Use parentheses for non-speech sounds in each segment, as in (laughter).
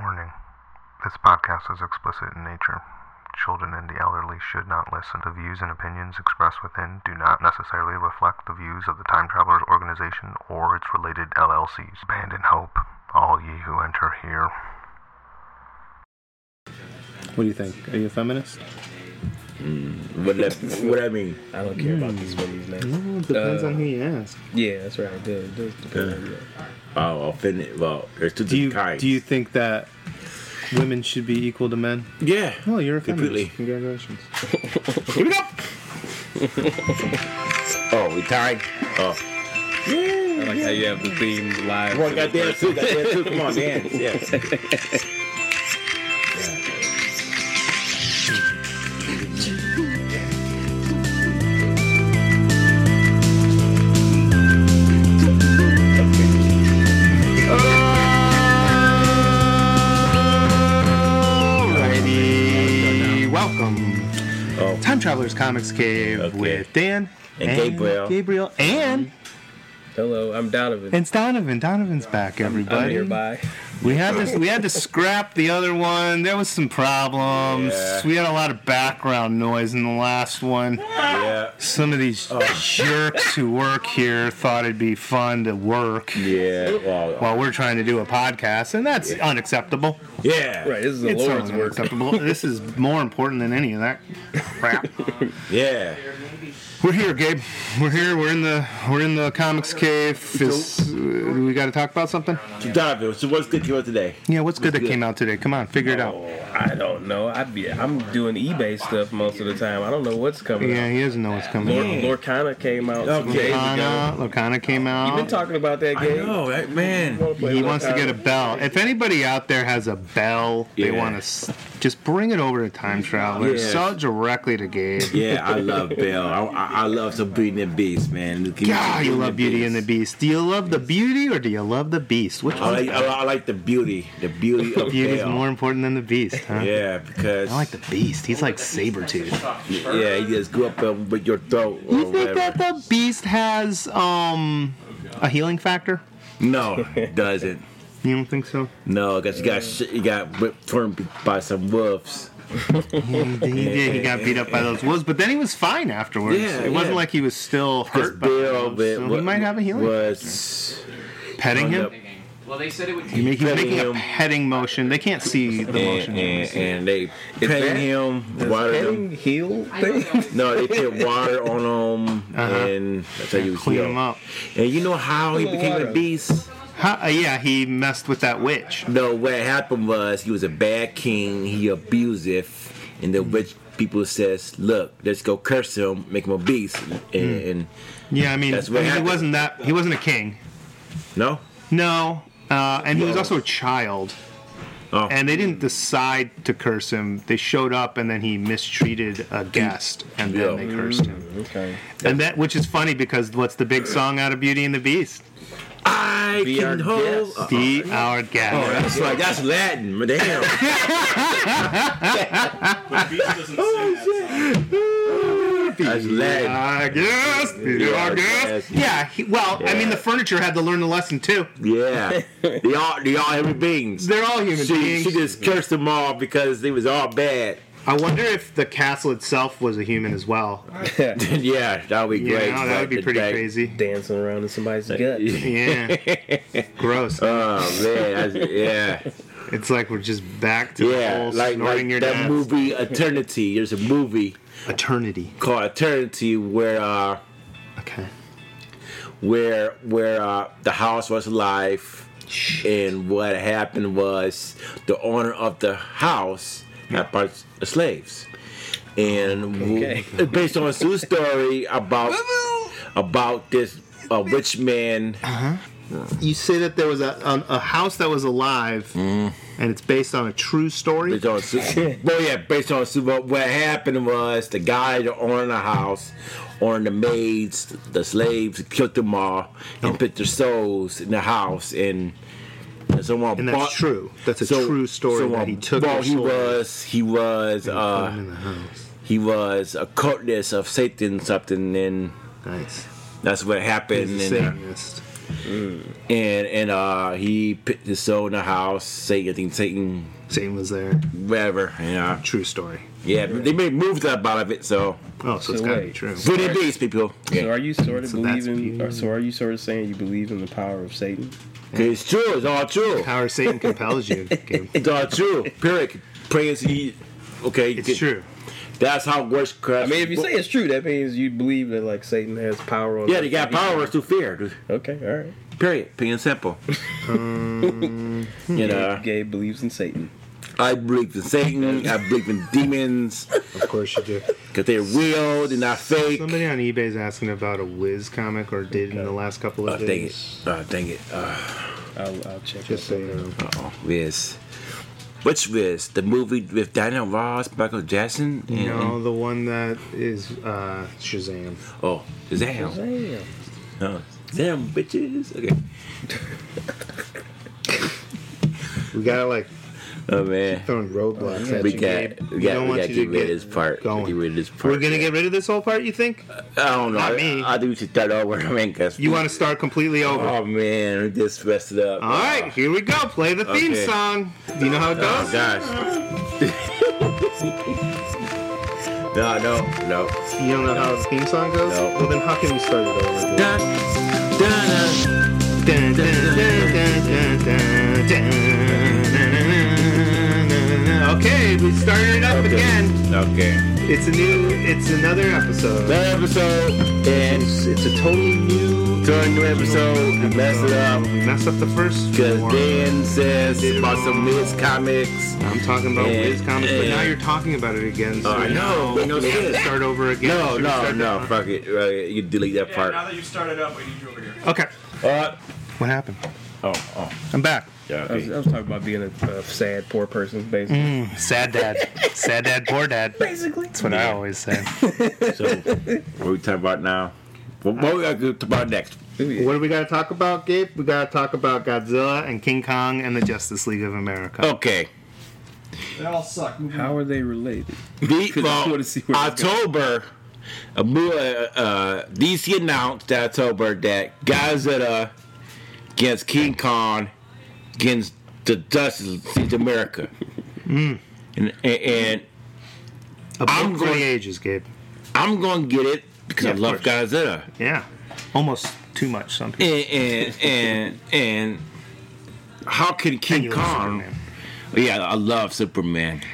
Warning This podcast is explicit in nature. Children and the elderly should not listen. The views and opinions expressed within do not necessarily reflect the views of the Time Travelers Organization or its related LLCs. Abandon hope, all ye who enter here. What do you think? Are you a feminist? What that, what I mean? I don't care about Hmm. these women's names. depends Uh, on who you ask. Yeah, that's right. The, the, the- Oh, offended. Well, there's two Do you different kinds. do you think that women should be equal to men? yeah. Well, you're a completely. feminist. Congratulations. Here we go. (laughs) oh, we tied. Oh, I like how you have the theme live. come on, goddamn two, goddamn two. Come on, dance. Yes. Alrighty, welcome. Oh, Time Travelers Comics Cave Okay. with Dan And Gabriel. Gabriel and hello, I'm Donovan. it's Donovan. Donovan's back, I'm everybody. nearby. we had this. We had to scrap the other one. There was some problems. Yeah. We had a lot of background noise in the last one. Yeah. Some of these jerks who work here thought it'd be fun to work Yeah. Well, while we're trying to do a podcast, and that's unacceptable. yeah. Right, this is the It's Lord's work. unacceptable. this is more important than any of that crap. Yeah. We're here, Gabe. We're here. We're in the we're in the comics cave. Is, uh, do we got to talk about something? So, Donovan, so what's good to you today? Yeah, what's good that came out today? Come on, figure it out. I don't know. I be, I'm doing eBay stuff most of the time. I don't know what's coming. Yeah, he doesn't know what's coming. out. Lord, Lorcana came out some Okay. days ago. Lorcana, Lorcana came You've been out. talking about that I game. know, right? man. He wants to get a bell. If anybody out there has a bell, they Yeah. want to s- just bring it over to Time Travelers. Yeah. Sell it directly to Gabe. Yeah, I love Bill. I, I, I love some Beauty and the Beast, man. Give me God, some you love Beauty and the Beast. Do you love the beauty or do you love the beast? Which I one? like, I, I like the beauty, the beauty of Beauty's Bill. more important than the beast, huh? Yeah, because I like the beast. He's like Sabretooth. yeah, he just grew up um, with your throat. Or You think that whatever. the beast has um a healing factor? No, it doesn't. You don't think so? No, because you got shit, you got ripped from by some wolves. He did. He got beat up by those wolves, but then he was fine afterwards. Yeah, it wasn't yeah. like he was still Because hurt by Bill those. was, So he might have a healing. was Petting on him. the- Well, they said it would You make, he's petting making a him. petting motion. They can't (laughs) see the motion. and, and, and they that- petting him, water him. Petting heel thing. No, they put water on him, and that's how you Clean heal. him up. And you know how he Come on, became water. a beast? Huh, uh, yeah, he messed with that witch. No, what happened was he was a bad king. He abusive, and the rich people says, "Look, let's go curse him, make him a beast." And, and Yeah, I mean, That's I what mean he happened. wasn't that. He wasn't a king. no, No, uh, and he was No. also a child. oh, And they didn't decide to curse him. They showed up, and then he mistreated a guest, and then Yeah. they cursed him. Okay. And that, which is funny, because what's the big song out of Beauty and the Beast? I Be our can hold. guest. Uh, Be our oh, guest. (laughs) that's like that's Latin, (laughs) but damn. Oh, shit. That's Latin. I guess. Be Be our our guest. guest. Yeah. He, well, I mean, the furniture had to learn the lesson too. Yeah, they all they all human beings. They're all human She, beings. she just cursed them all because they was all bad. (laughs) I wonder if the castle itself was a human as well. yeah, that would be Yeah, great. that would be but pretty that- crazy. Dancing around in somebody's gut. Yeah. Gross. (laughs) Oh man, (laughs) that's, yeah. It's like we're just back to the Yeah, whole like, snorting like your that dad's movie Eternity. There's a movie eternity. called Eternity where uh Okay. where where uh the house was alive and what happened was the owner of the house had parts of slaves. And w- Okay. it's (laughs) based on a true story about about this uh, rich man You say that there was a um, a house that was alive, Mm. and it's based on a true story. Based on Super Well, yeah, based on Super What happened was the guy that owned the house, owned the maids, the slaves, killed them all, and put their souls in the house. And, and someone And that's bought- true. That's a so- true story someone- that he took Well, their he soul was, he was, and uh, put 'em in the house. he was a cultist of Satan, something, and Nice. that's what He's happened. a And, Satanist. And and uh, he put his soul in the house, Satan, I think Satan, Satan was there. whatever. Yeah, True story. yeah. They made movies up out of it, so Oh, so it's gotta So wait. be true. good and beast people. So are you sort of So that's believing? Or beauty. so are you sort of saying you believe in the power of Satan? It's true. It's all true. Power of Satan compels (laughs) you. Gabe. It's all true. Period. Praise ye. Okay, It's true. That's how witchcraft. I mean, if you say it's true, that means you believe that like Satan has power on. yeah, they got power through fear. dude. Okay, all right. Period. Plain and simple. Mm-hmm. you know, Gabe believes in Satan. I believe in Satan. I believe in demons Of course you do. because they're real. They're not fake. Somebody on eBay is asking about a Wiz comic or did in the last couple Oh, of dang it. days. Oh, dang it. Uh I'll, I'll check Just so it. you know. oh. Riz. Which Riz? The movie with Daniel Ross, Michael Jackson? And, No, the one that is uh, Shazam. Oh, Shazam. Damn. Oh, Shazam, bitches. Okay. We gotta like Oh, man. throwing roadblocks at We you, got, Gabe. we You got, don't we want got to you get rid of this get part. going. Get rid of this part. We're gonna get rid of this whole part. You think? I don't know. Not me. I, I think we should start over, man. Cause You want to start completely over? Oh man, we just messed it up. All right, here we go. Play the theme Okay. song. Do you know how it Oh goes? gosh. no, no, no. you don't know how the theme song goes? No. Well, then how can we start it over? Dun, dun, uh, dun. Dun, dun, dun, dun, dun, dun, dun. Okay, we started it up Okay. again. Okay. It's a new, it's another episode. That episode and It's, it's a totally new to a new episode, we messed it up. We messed up the first Cause one. Dan says about some Miz comics. I'm talking about Yeah, Wiz comics, but yeah. now you're talking about it again. So Oh, I know. now No we have to shit. start over again. No, Should we no, start no. Fuck it. Uh, You delete that Yeah, now part. that you've started up, we need you over here. that? Okay. Uh, What happened? oh, oh. I'm back. Yeah, I was, okay. I was talking about being a, a sad poor person, basically. Sad dad. Sad dad, poor (laughs) dad. Basically. That's what I always say. So, what are we talking about now? What, what we got to talk about next? what do we got to talk about, Gabe? We got to talk about Godzilla and King Kong and the Justice League of America. Okay. They all suck. Move How are they related? The, I well, wanna see where it's going. October, a mo- uh, uh, DC announced that October that Godzilla against King Kong against the Justice League of America. Hmm. And, and, and A book I'm for going- the ages, Gabe. I'm going to get it because Yeah, I of love course. Godzilla. Yeah. Almost too much, some people. And, and, and, and how can And King you love Kong. Superman. Yeah, I love Superman. Uh,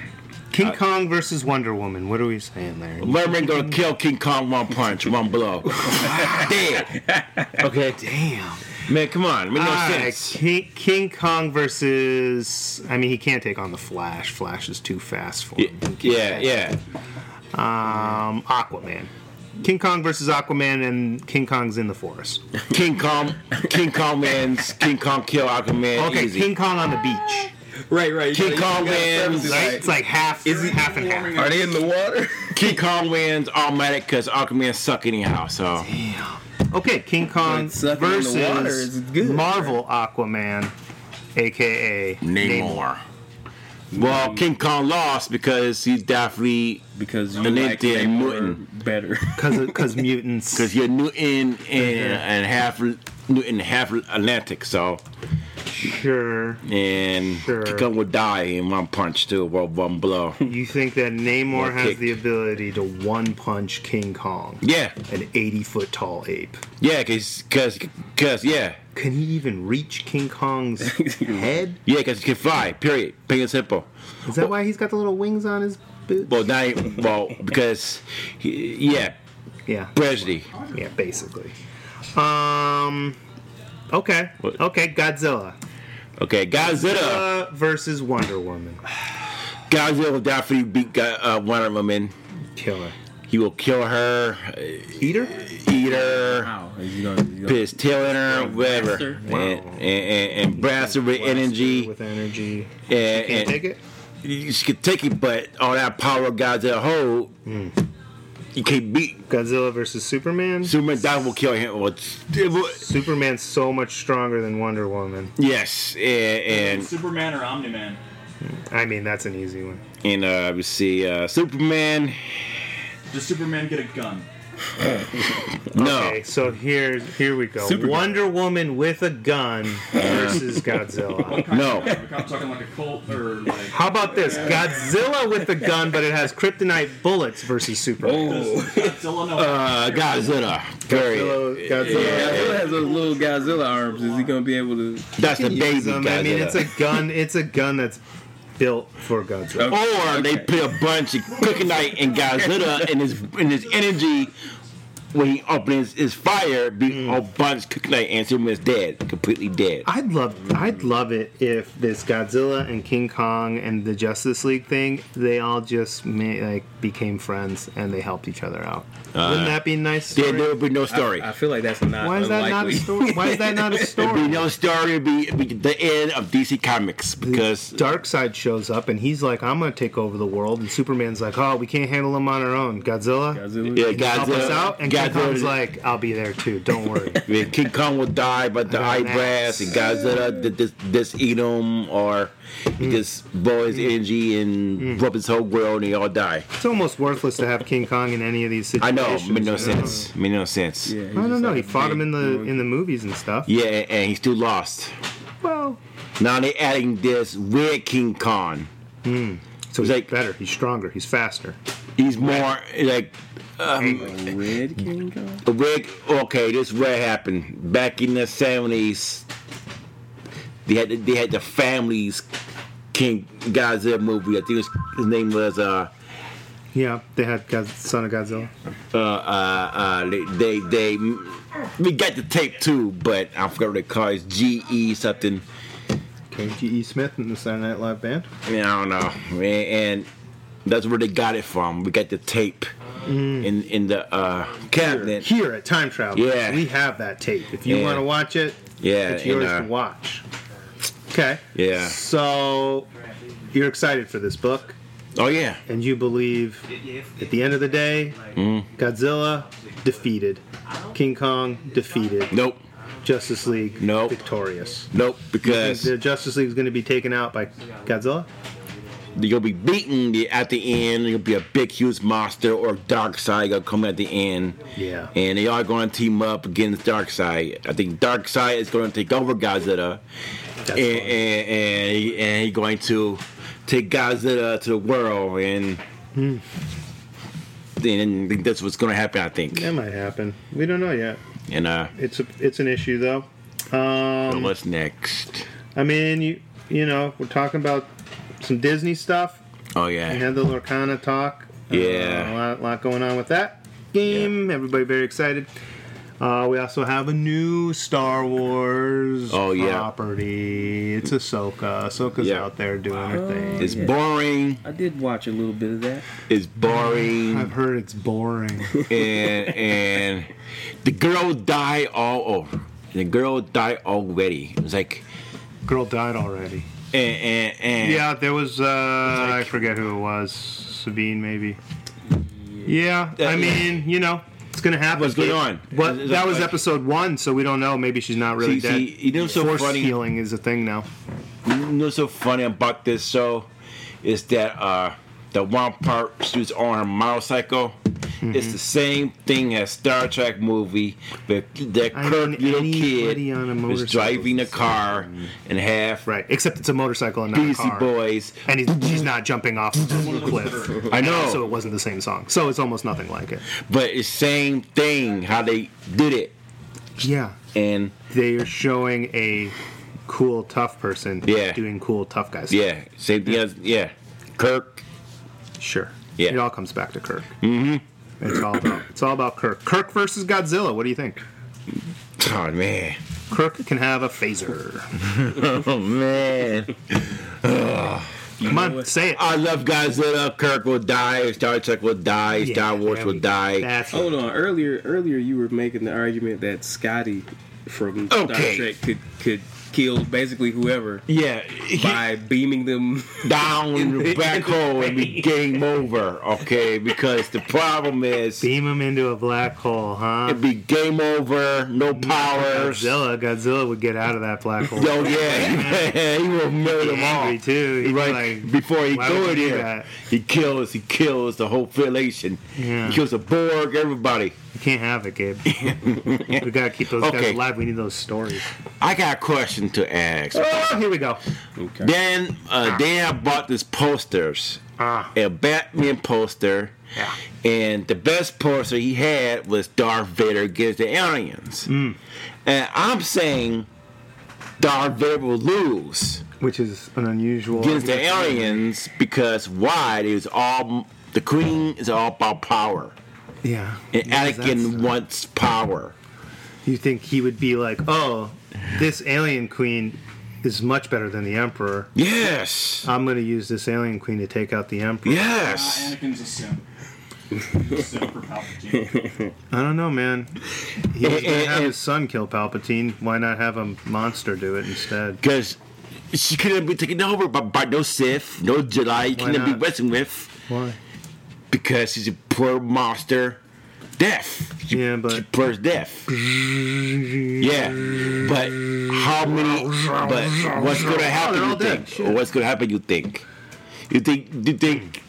King Kong versus Wonder Woman. What are we saying there? (laughs) Merman gonna kill King Kong one punch, one blow. Dead. Okay. Damn. Man, come on. Make no All right, sense. Ah, King, King Kong versus. I mean, he can't take on the Flash. Flash is too fast for Y- him. Yeah, yeah. Um, Aquaman. King Kong versus Aquaman, and King Kong's in the forest. King Kong, King Kong wins. King Kong kill Aquaman. Okay, easy. King Kong on the beach. Right, right. King Kong wins. Right? It's like half, Is it- half and half. Are they in the water? King Kong wins automatic because Aquaman suck anyhow. So Okay, King Kong It's sucking in the versus water, it's good. Marvel Aquaman, aka Namor. Well, King Kong lost because he definitely Because you And they like did them Newton. (laughs) better. because (laughs) mutants. because you're Newton and Mm-hmm. and half Newton half Atlantic. So sure, and Sure. King Kong would die in one punch too, well, one (laughs) blow. you think that Namor One has kick. the ability to one punch King Kong, Yeah, an eighty foot tall ape? yeah, cause, cause, 'cause, yeah, Can he even reach King Kong's (laughs) head? yeah, cause he can fly. Period. Plain and simple. Is that why he's got the little wings on his boot? Well, not even- well because, he, yeah, yeah, Presley. yeah, basically. Um, okay, What? okay, Godzilla Okay, Godzilla. uh, versus Wonder Woman, Godzilla will definitely beat Go- uh, Wonder Woman. killer. He will kill her, uh, Eater? eat her, Wow. He's gonna, he's gonna- put his tail in her, whatever, Blaster. and, and, and, and blast her with energy. With energy. and, Can't and take it? She could take it, but all that power Godzilla hold, you can't beat. Godzilla versus Superman. Superman that will kill him. Well, it's- it will- Superman's so much stronger than Wonder Woman. Yes, and, and Superman or Omni-Man? I mean, that's an easy one. and uh, we see uh, Superman. (laughs) Does Superman get a gun? No. Okay, so here here we go. Superman. Wonder Woman with a gun versus Godzilla. No. I'm talking like a cult or like. (laughs) Uh, How about this? Godzilla with a gun, but it has kryptonite bullets versus Superman. Oh. Godzilla, no. Uh, Godzilla. Period. Godzilla, Godzilla. Godzilla has those little Godzilla arms. Is he gonna be able to? That's the baby Um, Godzilla. I mean, it's a gun. It's a gun that's built for Godzilla. or they put a bunch of kryptonite in (laughs) Godzilla and his and his energy when he opens his fire be Mm. a bunch of kryptonite and him is dead, completely dead. I'd love, I'd love it if this Godzilla and King Kong and the Justice League thing, they all just ma- like became friends and they helped each other out. Wouldn't that be a nice? There, Story? there would be Uh, no story. I feel like that's not. Why is that not a unlikely. story? Why is that not (laughs) a There'd be story? no story. It'd be, it'd be the end of DC Comics because Dark Side shows up and he's like, "I'm gonna take over the world," and Superman's like, "Oh, we can't handle him on our own." Godzilla, Godzilla. yeah, can you Godzilla, help us out, and King Kong's like, "I'll be there too. Don't (laughs) worry." Yeah, King Kong will die, but the An eyebrows axe. and Godzilla did this, this eat him, or Mm. he just blow his energy and rub his whole world, and they all die. it's almost worthless to have King Kong in any of these I situations. know, made no you sense. Made no sense. Yeah, Yeah, he's I just don't know. like He a fought him big in the monkey. in the movies and stuff. and, and he's still lost. Well, Now they adding this red King Kong. so he's He's like- better. He's stronger. He's faster. He's more like Red King Kong. the red. Okay, this red happened back in the seventies. They had the, they had the families King Godzilla movie. I think his, his name was uh. Yeah, they had God, Son of Godzilla. uh, uh, uh, they, they, they, we got the tape too, but I forgot what they call it. It's GE something. KGE E Smith and the Saturday Night Live band. I don't know. And, and that's where they got it from. We got the tape Mm. in in the uh, cabinet. Here at Time Travel, Yeah. we have that tape. If you Yeah. want to watch it, Yeah, it's yours and, to uh, watch. Okay. Yeah. So you're excited for this book, oh yeah, and you believe at the end of the day, Mm. Godzilla defeated, King Kong defeated, nope, Justice League Nope. victorious. nope, Think because The Justice League is going to be taken out by Godzilla. you'll be beaten the- at the end. You'll be a big, huge monster or Dark Side gonna come at the end. Yeah. and they are going to team up against Dark Side. I think Dark Side is going to take over Godzilla, and, fine. and, and, he- and he's going to take Godzilla to the world, and Hmm. then that's what's going to happen, I think. That might happen. We don't know yet. And uh, It's a, it's an issue though. so Um, what's next? I mean, you you know, we're talking about some Disney stuff. Oh We yeah, had the Lorcana talk. Yeah. Uh, a lot, lot going on with that game. Everybody very excited. Uh, we also have a new Star Wars Oh, yeah. property. It's Ahsoka. Ahsoka's Yeah. out there doing her thing. it's boring. I did watch a little bit of that. It's boring, I've heard it's boring. (laughs) and and the girl died all over. The girl died already. It was like Girl died already. and and, and Yeah, there was. Uh, I forget who it was. Sabine, maybe. Yeah, Yeah, I yeah. mean, you know, it's gonna happen. What's going on? But Is- is that it was like- episode one, so we don't know. Maybe she's not really See, dead. see, you know, so Force funny- healing is a thing now. you know what's so funny about this show is that uh the one part she was on her motorcycle Mm-hmm. it's the same thing as Star Trek movie but that I Kirk mean, little anybody kid on a was motorcycle driving a is the car and half Right, except it's a motorcycle and not a Beastie car. Boys And he's, she's not jumping off the cliff. I So it know wasn't the same song. So it's almost nothing like it. but it's same thing how they did it Yeah. and They are showing a cool, tough person Yeah. doing cool, tough guys. yeah same thing as yeah Kirk Sure. Yeah. It all comes back to Kirk. Mm-hmm. It's all about it's all about Kirk. Kirk versus Godzilla. What do you think? oh man Kirk can have a phaser. oh man Come on, say it. (laughs) I love Godzilla Kirk will die Star Trek will die Star Yeah, Wars there we will go. die That's it. Hold on. Earlier, earlier you were making the argument that Scotty from Okay. Star Trek could could kill basically (laughs) whoever Yeah, he- by beaming them. down in (laughs) the black hole and be game over. Okay, because the problem is Beam him into a black hole, huh? it'd be game over, no powers. Oh Godzilla, Godzilla would get out of that black hole. (laughs) yeah, he will murder them all. angry too. He'd be Right like, before he "Why go would you do there, that?" he kills. He kills the whole federation. Yeah. He kills the Borg, everybody. You can't have it, (laughs) Gabe. we gotta keep those guys Okay. alive. We need those stories. I got a question to ask. Oh, here we go. Okay. Then, uh, then I bought this posters, Ah. a Batman poster, Yeah. and the best poster he had was Darth Vader against the aliens. Mm. And I'm saying Darth Vader will lose Which is an unusual. against the aliens because why? It was all the Queen is all about power, Yeah. and Because Anakin that's- wants power. You think he would be like, oh, this alien queen is much better than the emperor. Yes, I'm gonna use this alien queen to take out the emperor. Ah, yes. Anakin's a simp. He's a simp for Palpatine. I don't know, man. He was gonna And- have and- his son kill Palpatine. Why not have a monster do it instead? because she couldn't be taken over by, by no Sith, no Jedi. You couldn't be not? messing with Why? because she's a poor monster, deaf. She, Yeah, but- she prefers deaf. yeah, but how many? But what's gonna happen? they're all You dead. think? Shit. Or what's gonna happen? You think? You think? You think?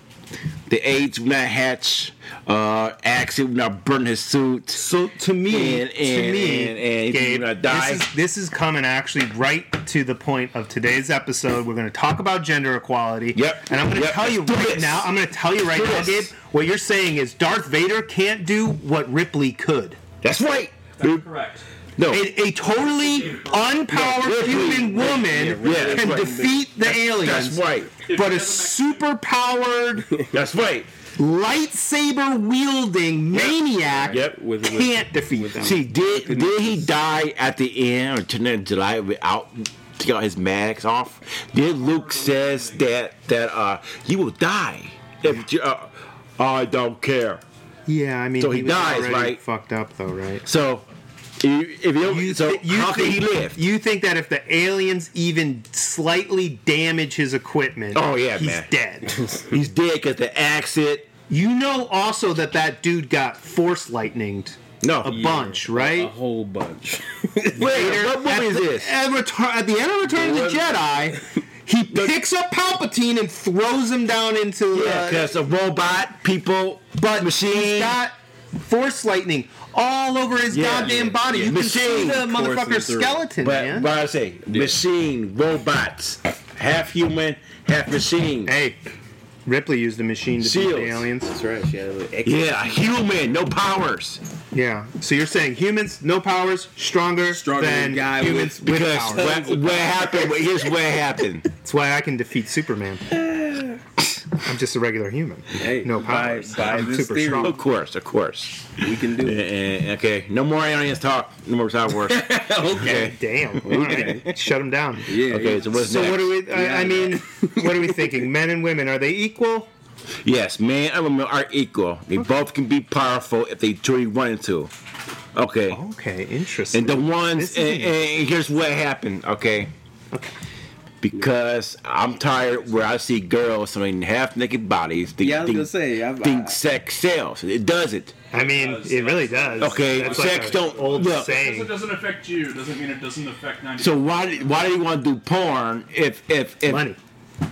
The AIDS will not hatch. Uh, Axe will not burn his suit. So to me, And- to and- me, and- and he's Gabe, gonna die. This, is, this is coming actually right to the point of today's episode. We're going to talk about gender equality. Yep. And I'm going to Yep. tell you Let's do right this. now. I'm going to tell you right do now, Gabe. this. What you're saying is Darth Vader can't do what Ripley could. That's right. (laughs) Correct. No. A, a totally unpowered Ripley, human Ripley, woman Ripley, that's can right. defeat the aliens. that's right. But a superpowered That's right. lightsaber wielding maniac Yep. With, with can't defeat (laughs) them. See, did did he die at the end or turn in July without take out his mags off? Then Luke says that that uh you will die if you, uh, I don't care. Yeah, I mean, So he was dies, already right? Fucked up though, right? So if if you, You, so thi- you how think can he live? You think that if the aliens even slightly damage his equipment, Oh, yeah, he's man. dead. (laughs) He's dead because the accident. you know, also that that dude got force lightninged No, a bunch, right? (laughs) a whole bunch. Wait, what at, movie is the, this? At, Return- at the end of Return of the The one- (laughs) Jedi, he picks up Palpatine and throws him down into. uh, Because a robot, people, but machine. he's got force lightning all over his Yeah. goddamn body. Yeah. You Machine can see the motherfucker's coursing through. skeleton, but man. what I say, machine, robots, half human, half machine. Hey, Ripley used a machine to beat Shields. the aliens. right. She had a little X Yeah, human, no powers. Yeah. So you're saying humans, no powers, stronger, Stronger than than guy humans with, Because powers. what, what happened? Here's what happened. That's why I can defeat (sighs) Superman. I'm just a regular human. Hey, no by- powers. by I'm this super theory- strong. Of course, of course. We can do Uh, it. uh, okay, no more aliens talk. No more Star Wars. (laughs) okay. Damn. All right. Shut him down. Yeah. Okay, so what's So next? what are we? I, I mean, (laughs) what are we thinking? Men and women are they equal? Yes, man and woman are equal. They both can be powerful if they truly wanted to. Okay. Oh. Okay, interesting. And the This ones, is and, and here's what happened, okay? Okay. Because I'm tired where I see girls, I mean, half naked bodies, they Yeah, I was think, gonna say. I, think sex sells. It doesn't. I mean, it really does. Okay, That's sex a don't- old look. Because it saying. doesn't affect you doesn't mean it doesn't affect 90. So why do- why do you want to do porn if if if Money.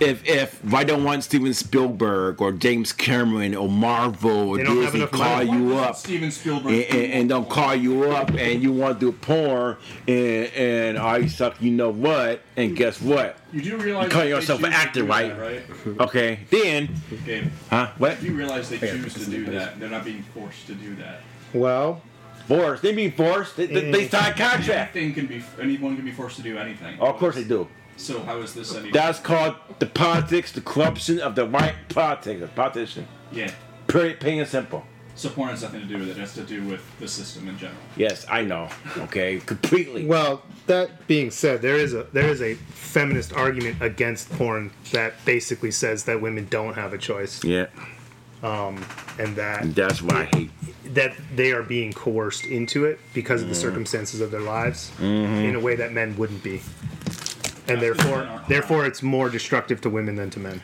if if why don't want Steven Spielberg or James Cameron or Marvel or They don't have Disney enough call money. you up Steven Spielberg. and, and, and don't call you up and you want to do porn and and I suck you know what and guess what You do realize You call that they yourself an choose to actor, do that, right? okay then right? Gabe, huh what you realize they choose this to is do the best. that. They're not being forced to do that. Well, forced they mean forced they, they, they Mm. signed contract Anything can be. Anyone can be forced to do anything. oh, of course they do So how is this any? that's called the politics the corruption of the right politics politician yeah. period plain and simple. So porn has nothing to do with it. It has to do with the system in general. Yes, I know. Okay, completely. Well, that being said, there is a there is a feminist argument against porn that basically says that women don't have a choice Yeah, and that that's why I hate. that they are being coerced into it because Mm. of the circumstances of their lives Mm-hmm. in a way that men wouldn't be. And therefore, therefore, it's more destructive to women than to men.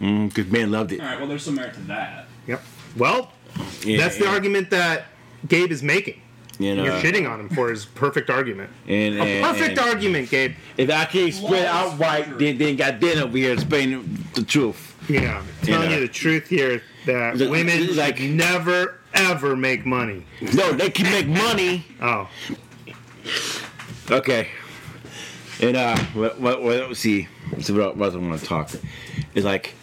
Mm, Because man loved it. All right. Well, there's some merit to that. Yep. Well, that's the argument that Gabe is making. And, You're shitting on him for his perfect argument. And, A and, perfect and argument, Gabe. If I can't explain Laws outright, true. then then goddamn over here explaining the truth. Yeah, I'm telling know. you the truth here that Look, women like- like never ever make money. No, they can make money. Oh, Okay. And uh, what what, what let's see? So what what else I want to talk? It's like,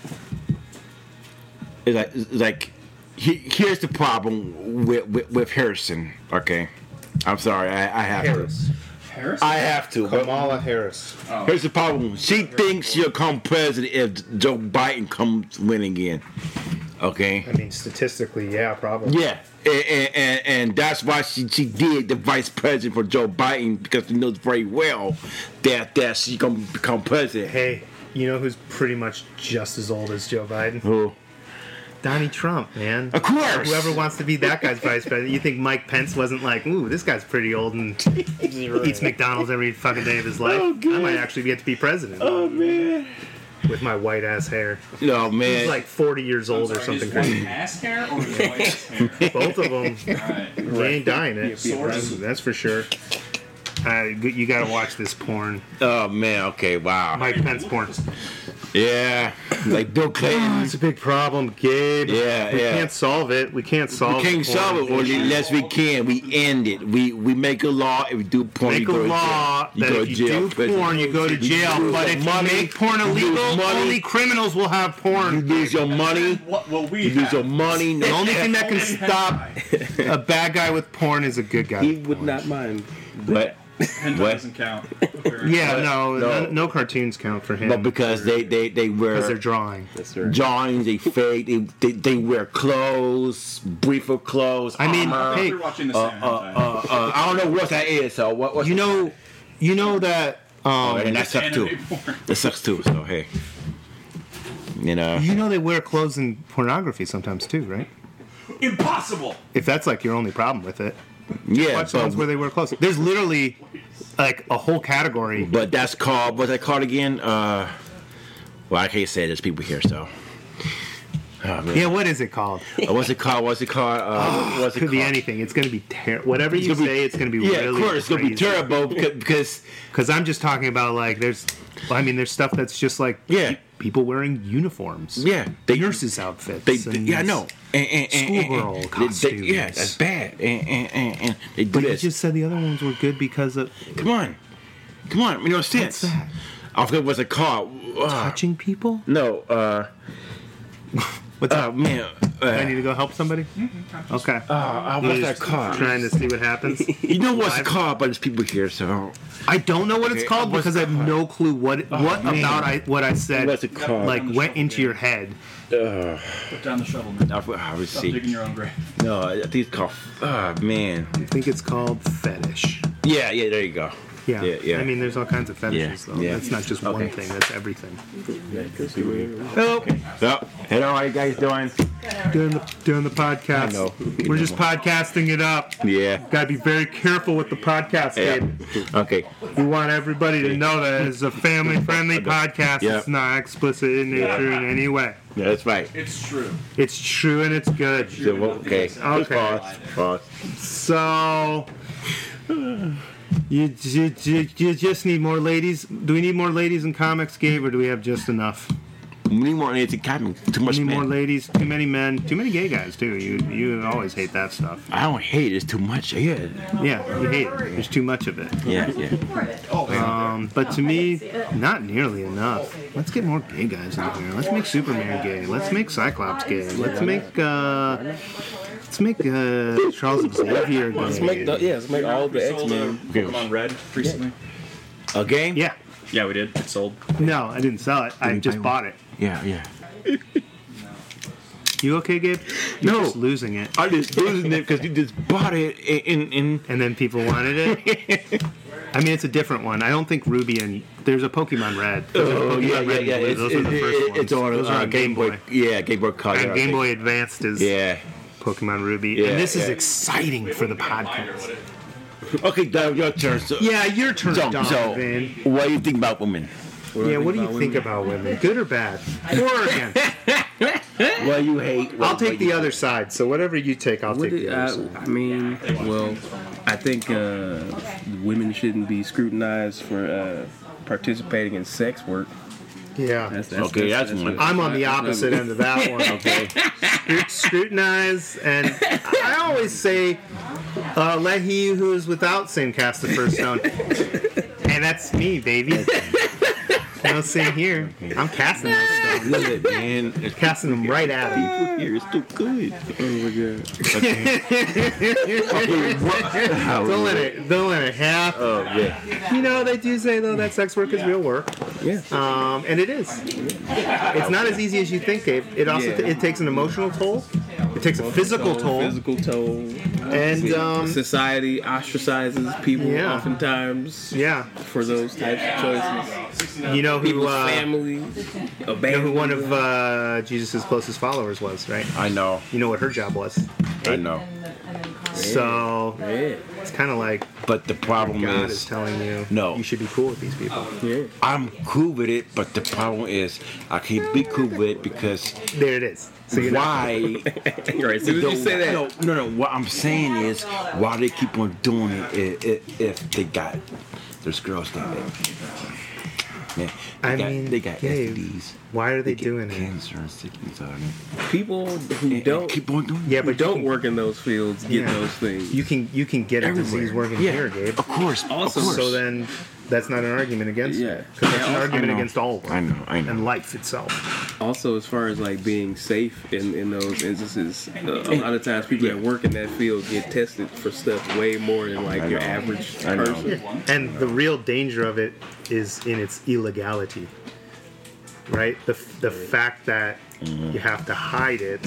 it's like, it's like, he, here's the problem with, with with Harrison. Okay, I'm sorry, I, I have Harris. Harris? to. I have to. but Kamala Harris. Here's the problem. She thinks she'll come president if Joe Biden comes win again. Okay. I mean, statistically, yeah, probably. Yeah, and, and, and, and that's why she, she did the vice president for Joe Biden because she knows very well that that she gonna become president. Hey, you know who's pretty much just as old as Joe Biden? Who? Donnie Trump, man. Of course. Whoever wants to be that guy's vice president, you think Mike Pence wasn't like, ooh, this guy's pretty old and eats McDonald's every fucking day of his life. Oh, good. I might actually get to be president Oh man. with my white ass hair. No man. He's like 40 years old or something Is crazy. it ass hair or is it white (laughs) ass hair? Both of them, Alright. they ain't dying it. be a president. That's for sure. Uh, you gotta watch this porn. oh man. Okay. Wow. Mike Pence porn. yeah. Like Bill Clinton. That's a big problem, Gabe. Yeah, we yeah. can't solve it. We can't solve. We can't porn. solve it or unless we can. We end it. We we make a law. If we do porn, Make you a go to law jail. that go to if you jail, do porn, you go to jail. lose But your if money, you make porn you lose illegal, money, only criminals will have You porn. lose your money. What will we You lose have? your money. The only thing that (laughs) can Only stop a bad guy with porn is a good guy. He with would porn. not mind. But Hentai What? doesn't count. (laughs) Yeah, no, no. no, no cartoons count for him but because they they they because they're were drawing. That's right. drawings, they fake, they, they they wear clothes, briefer clothes. I mean, armor. hey, We're watching the uh, same uh, uh, uh, I don't know what that is. So what? What's you know, you know that. Oh, Um, and that sucks too. anime porn. That sucks too. So hey, you know. you know they wear clothes in pornography sometimes too, right? Impossible! If that's like your only problem with it. Yeah, watch the but, ones where they wear clothes. There's literally like a whole category. but that's called what's that called again? Uh, well, I can't say there's people here, so. Oh, man. Yeah, what is it called? Uh, What's it called? What's it called? Uh, what's it Oh, Could be called? anything. It's gonna be terrible. Whatever you gonna be- say, it's gonna be Yeah, really of course, it's gonna be terrible because, because Because I'm just talking about like there's, I mean, there's stuff that's just like Yeah. pe- people wearing uniforms. yeah, they nurses outfits. They, and they yeah, I know. And, and, and, and- Schoolgirl and- they- costumes. They, yeah, that's bad. And, and, and, and they do But you this. just said the other ones were good because of come on, come on. You know, sense. that? I forget what's it called. Uh, touching people. no, uh, (laughs) What's uh, up? man. I Uh, need to go help somebody. Okay. uh, uh, what's that called? Trying to see what (laughs) happens. You know what's it called, but there's people here, so I don't know what Okay, it's called Oh, what's because I have no clue what what man. about I what I said What's it called? like went into your head. Put down the shovel, man. I, I would Stop see. digging your own grave. No, I think it's called. Oh man. I think it's called fetish. Yeah, yeah. There you go. Yeah. Yeah, yeah. I mean, there's all kinds of fetishes Yeah, though. yeah. That's not just Okay. one thing. That's everything. Hello. Hello. Hello. How you guys doing? Doing the doing the podcast. I know. You We're know just what. podcasting it up. Yeah. Got to be very careful with the podcast, Yeah. Gabe. Okay. We want everybody to know that it's a (laughs) family-friendly podcast. Yeah. It's not explicit in nature in any way. Yeah, that's right. It's true. It's true and it's good. So, okay. Okay. Pause. Pause. So you, you, you, you just need more ladies. Do we need more ladies in comics, Gabe, or do we have just enough? We need more anti cabin. Too much We need men. more ladies. Too many men. Too many gay guys too. You you always hate that stuff. I don't hate. It's too much. Yeah. Yeah, you hate it. There's too much of it. Yeah. Yeah. Um, but to me, not nearly enough. Let's get more gay guys out here. Let's make Superman gay. Let's make Cyclops gay. Let's make uh, let's make uh, Charles Xavier gay. Let's make the, yeah, let's make all the X Men. Pokemon Red recently. A game? yeah. Yeah, we did. It sold. No, I didn't sell it. I just bought it. Yeah. Yeah. You okay, Gabe? You're No. just losing it. I just losing it because you just bought it in in. And then people wanted it. (laughs) I mean, it's a different one. I don't think Ruby and there's a Pokemon Red. There's a Oh Pokemon yeah, Red yeah, and yeah. Blue. It's, Those it, are the first it, ones. it's on Those uh, are on Game Boy. Yeah, Game Boy Color. And Game Boy Advanced is Yeah. Pokemon Ruby. Yeah, and this is yeah. exciting for the podcast. Okay, Doug, your turn. So, Yeah, your turn, So, so Donovan. what do you think about (laughs) women? yeah, what do you think about women? Good or bad? Or against? What you hate? What, I'll take what you, the other side. So whatever you take, I'll What uh, take did, the other I, side. I mean, well, I think uh, women shouldn't be scrutinized for uh, participating in sex work. Yeah. Okay, that's one. I'm on the opposite end (laughs) of that one. Okay. Scru- Scrutinize, and I always say, uh, "Let he who is without sin cast the first stone," and that's me, baby. No sin here. I'm casting those stones, Look, man. it's casting them right at (laughs) him. people Here, it's too good. (laughs) Don't let it. Don't let it happen. Oh yeah, You know, they do say though that sex work is real work. yeah. Um, and it is. It's not as easy as you think, Dave. It also Yeah. it takes an emotional toll. It takes a physical toll, Physical toll. and um, Society ostracizes people Yeah. oftentimes yeah, for those types of choices. you know who People's uh, family, you know who abandoned. one of uh, Jesus' closest followers was, right? I know, You know what her job was. I know. So (laughs) yeah, it's kind of like But the problem God is is, telling you, No. you should be cool with these people. yeah. I'm cool with it. But the problem is, I can't be cool with it because There it is. So you're not. (laughs) why? Right, as soon as you don't- say that, No, no, no. What I'm saying is, why they keep on doing it i- i- if they got there's girls that. Man, they I got, mean, they got Dave, STDs. Why are they get doing it? Cancer and sickness on it. people who And- and don't keep on doing it. Yeah, who but don't work in those fields get Yeah. those things. You can you can get a disease Everywhere. working here, Gabe. Of course, Also, of course. So then, that's not an argument against. Yeah. because it's an Yeah, I argument know. against all work I know, I know. and life itself. also as far as like being safe in, in those instances uh, a lot of times people that work in that field get tested for stuff way more than like I your know. average I know. person (laughs) And the real danger of it is in its illegality, right? The the fact that Mm-hmm. you have to hide it.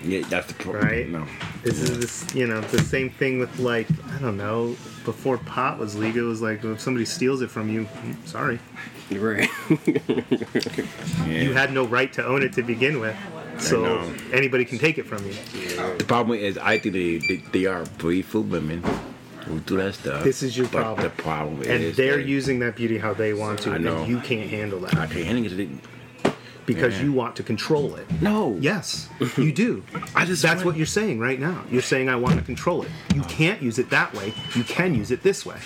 yeah, that's the problem. Right? No. This is this you know the same thing with like I don't know before pot was legal it was like if somebody steals it from you, mm, sorry, right you had no right to own it to begin with. So know. anybody can take it from you. The problem is, I think they, they, they are beautiful women who do that stuff. This is your but problem. The problem And is, they're that using that beauty how they want to, I know. and you can't handle I that can't handle it. because Yeah. you want to control it. No. (laughs) Yes, you do. I just Oh. That's want- what you're saying right now. You're saying I want to control it. You can't use it that way. You can use it this way.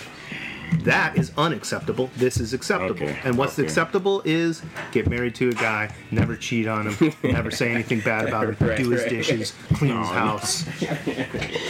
That is unacceptable. This is acceptable. Okay, And what's okay. acceptable is get married to a guy, never cheat on him, (laughs) never say anything bad about him, Right, do his right. dishes, clean his (laughs) house.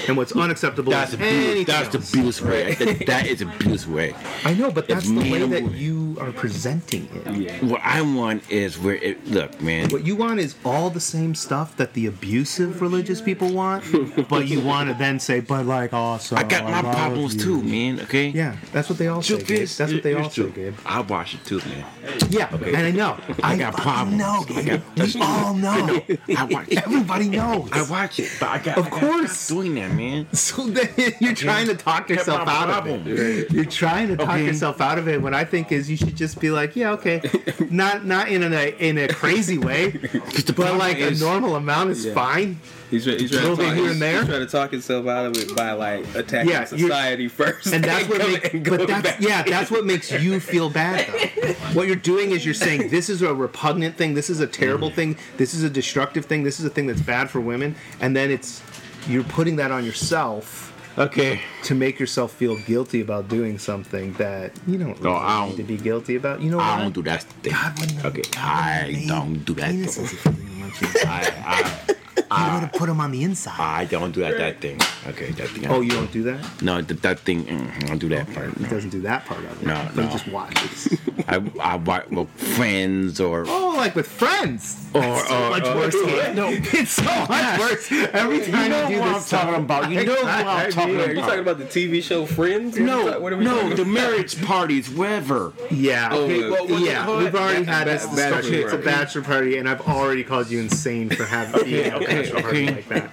And what's unacceptable That's is abuse. anything That's else. abuse way. That- that is abuse way. I know, but that's It's the way that manly. you are presenting it. What I want is where it look, man. What you want is all the same stuff that the abusive religious people (laughs) want, but you want to then say, but like also. I got my love problems you." too, man. Okay. Yeah, that's what they all say. Truth Gabe. is, That's what they here's all say, truth. Gabe. I watch it too, man. Yeah, and I (laughs) know. I, got fucking problems. know, I Gabe. (laughs) got- we all know. I watch. Everybody knows. I watch it, but I got. Of I gotta course. stop doing that, man. so then you're trying to talk yourself my out of problem. it. You're trying to talk Okay. yourself out of it. What I think is you should just be like, yeah, (laughs) okay, not not in a in a crazy way, but problem like is- a normal amount is Yeah. fine. he's, he's, trying Little to bit talk, here he's, and there. he's trying to talk himself out of it by like attacking Yeah, you're- society first and that's what coming- makes, and but going that's back. yeah, that's what makes you feel bad. Though. (laughs) What you're doing is you're saying this is a repugnant thing, this is a terrible Mm-hmm. thing, this is a destructive thing, this is a thing that's bad for women, and then it's you're putting that on yourself Okay. to make yourself feel guilty about doing something that you don't really No, I don't- need to be guilty about. You know I what? don't do that thing. God wouldn't have- okay. God wouldn't I have don't do made that. penises Thing. if he didn't want you. I, He would have put them on the (laughs) inside. I I don't do that that thing. Okay. That thing. Oh, you don't do that? No, that, that thing. mm, I don't do that part. He doesn't do that part of it. No, He no. just watches. I I watch with friends or. Oh, like with friends. Or- It's so or- much or- worse. Gabe. (laughs) No. it's so much worse. Every time you, do this, stuff- about. You know what I I'm mean, are you talking about the TV show Friends? Oh, No, What are we no, talking the marriage parties, wherever. yeah, okay, look. What was it yeah. called? We've already had this Ba- bachelor discussion. It's a party. bachelor party, and I've already called you insane for having being at a okay, bachelor party okay. like that.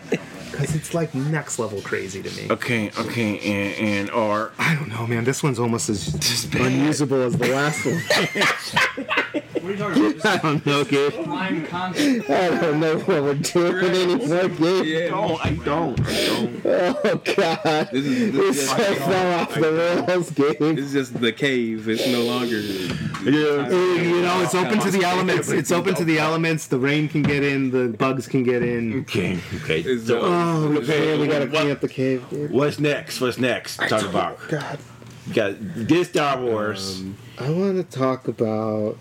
Because it's like next level crazy to me. Okay, okay, and, and or I don't know, man. This one's almost as just unusable as the last one. What are you talking about? I don't know, Gabe. This prime (laughs) concept. I don't know what we're doing anymore, (laughs) Gabe. about? I don't. (laughs) Oh God, This is, this, is just, fell off the rails, Gabe. this is just the cave. It's no longer. Yeah. You know, it's open to the elements. It's open to the elements. The rain can get in. The bugs can get in. Okay, okay. It's, uh, Oh, Okay, man, we gotta clean what- up the cave. dude. What's next? What's next? Talk about. God, Um, You got this Star Wars. I want to talk about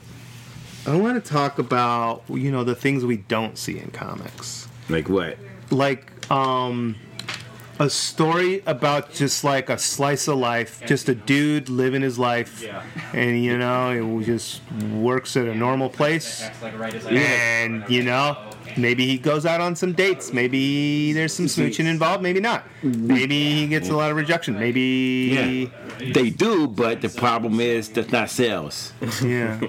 I want to talk about you know the things we don't see in comics, Like what? like um, a story about just like a slice of life, just a dude living his life, Yeah. and you know he just works at a normal place, Acts like right as I- and you know maybe he goes out on some dates, maybe there's some smooching involved, maybe not, maybe he gets a lot of rejection, maybe They do, but the problem is that's not sales. yeah.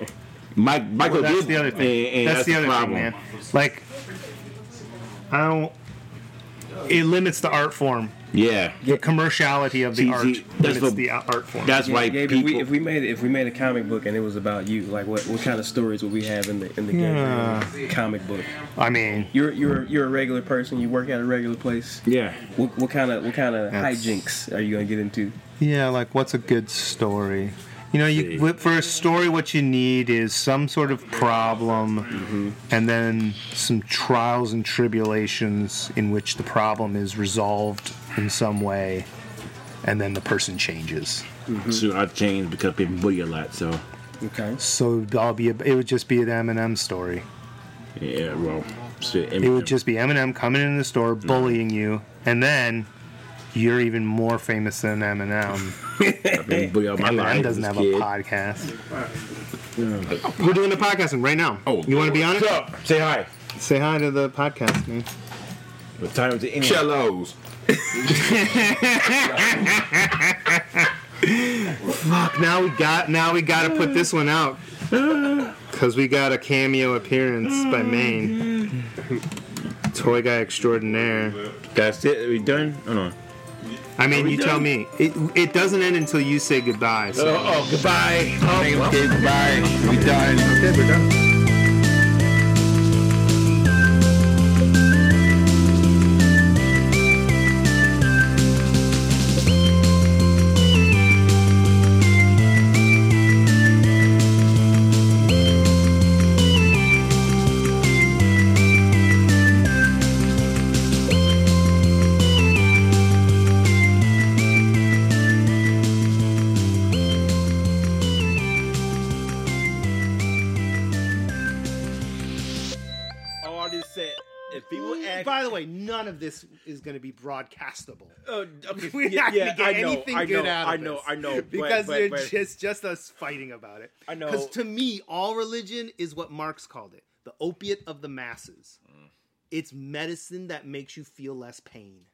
Mike, Michael That's did- the other thing. and- and that's, the other problem. thing, man. Like, I don't. It limits the art form, Yeah, the commerciality of the See, art. see, that's limits what- the art form. that's why Gabe, people. if we if we made if we made a comic book and it was about you, like what, what kind of stories would we have in the in the Yeah. Gabriel comic book? I mean, You're you're you're a regular person. You work at a regular place. yeah, What, what kind of what kind of That's- hijinks are you gonna get into? yeah, like what's a good story? You know, you See. wi- for a story, what you need is some sort of problem, and then some trials and tribulations in which the problem is resolved in some way, and then the person changes. so I changed because people bully a lot. So Okay. So I'll be. It would just be an Eminem story. yeah, well, shit, It would just be Eminem coming in the store, bullying you, and then you're even more famous than Eminem. I've been bullied all my life. Eminem as doesn't have kid. a podcast. We're doing the podcasting right now. Oh, you want to be on it? What's up? Say hi. Say hi to the podcast, man. What time is it? Anyway? Cellos. Fuck! Now we got. Now we got to put this one (laughs) out. Cause we got a cameo appearance by Maine, toy guy extraordinaire. That's it. we done? Hold on. I mean, we you tell done? me. It, it doesn't end until you say goodbye. So. oh, goodbye. Okay, bye. We done. Okay, we're done. Oh, I just said if people ask. Mm. By the way, none of this is going to be broadcastable. Uh, okay, (laughs) We're yeah, not yeah, going to get I know, anything I know, good out of I know, this. I know, but- Because but- they're but- just just us fighting about it. I know. Because to me, all religion is what Marx called Mm. it: the opiate of the masses. It's medicine that makes you feel less pain.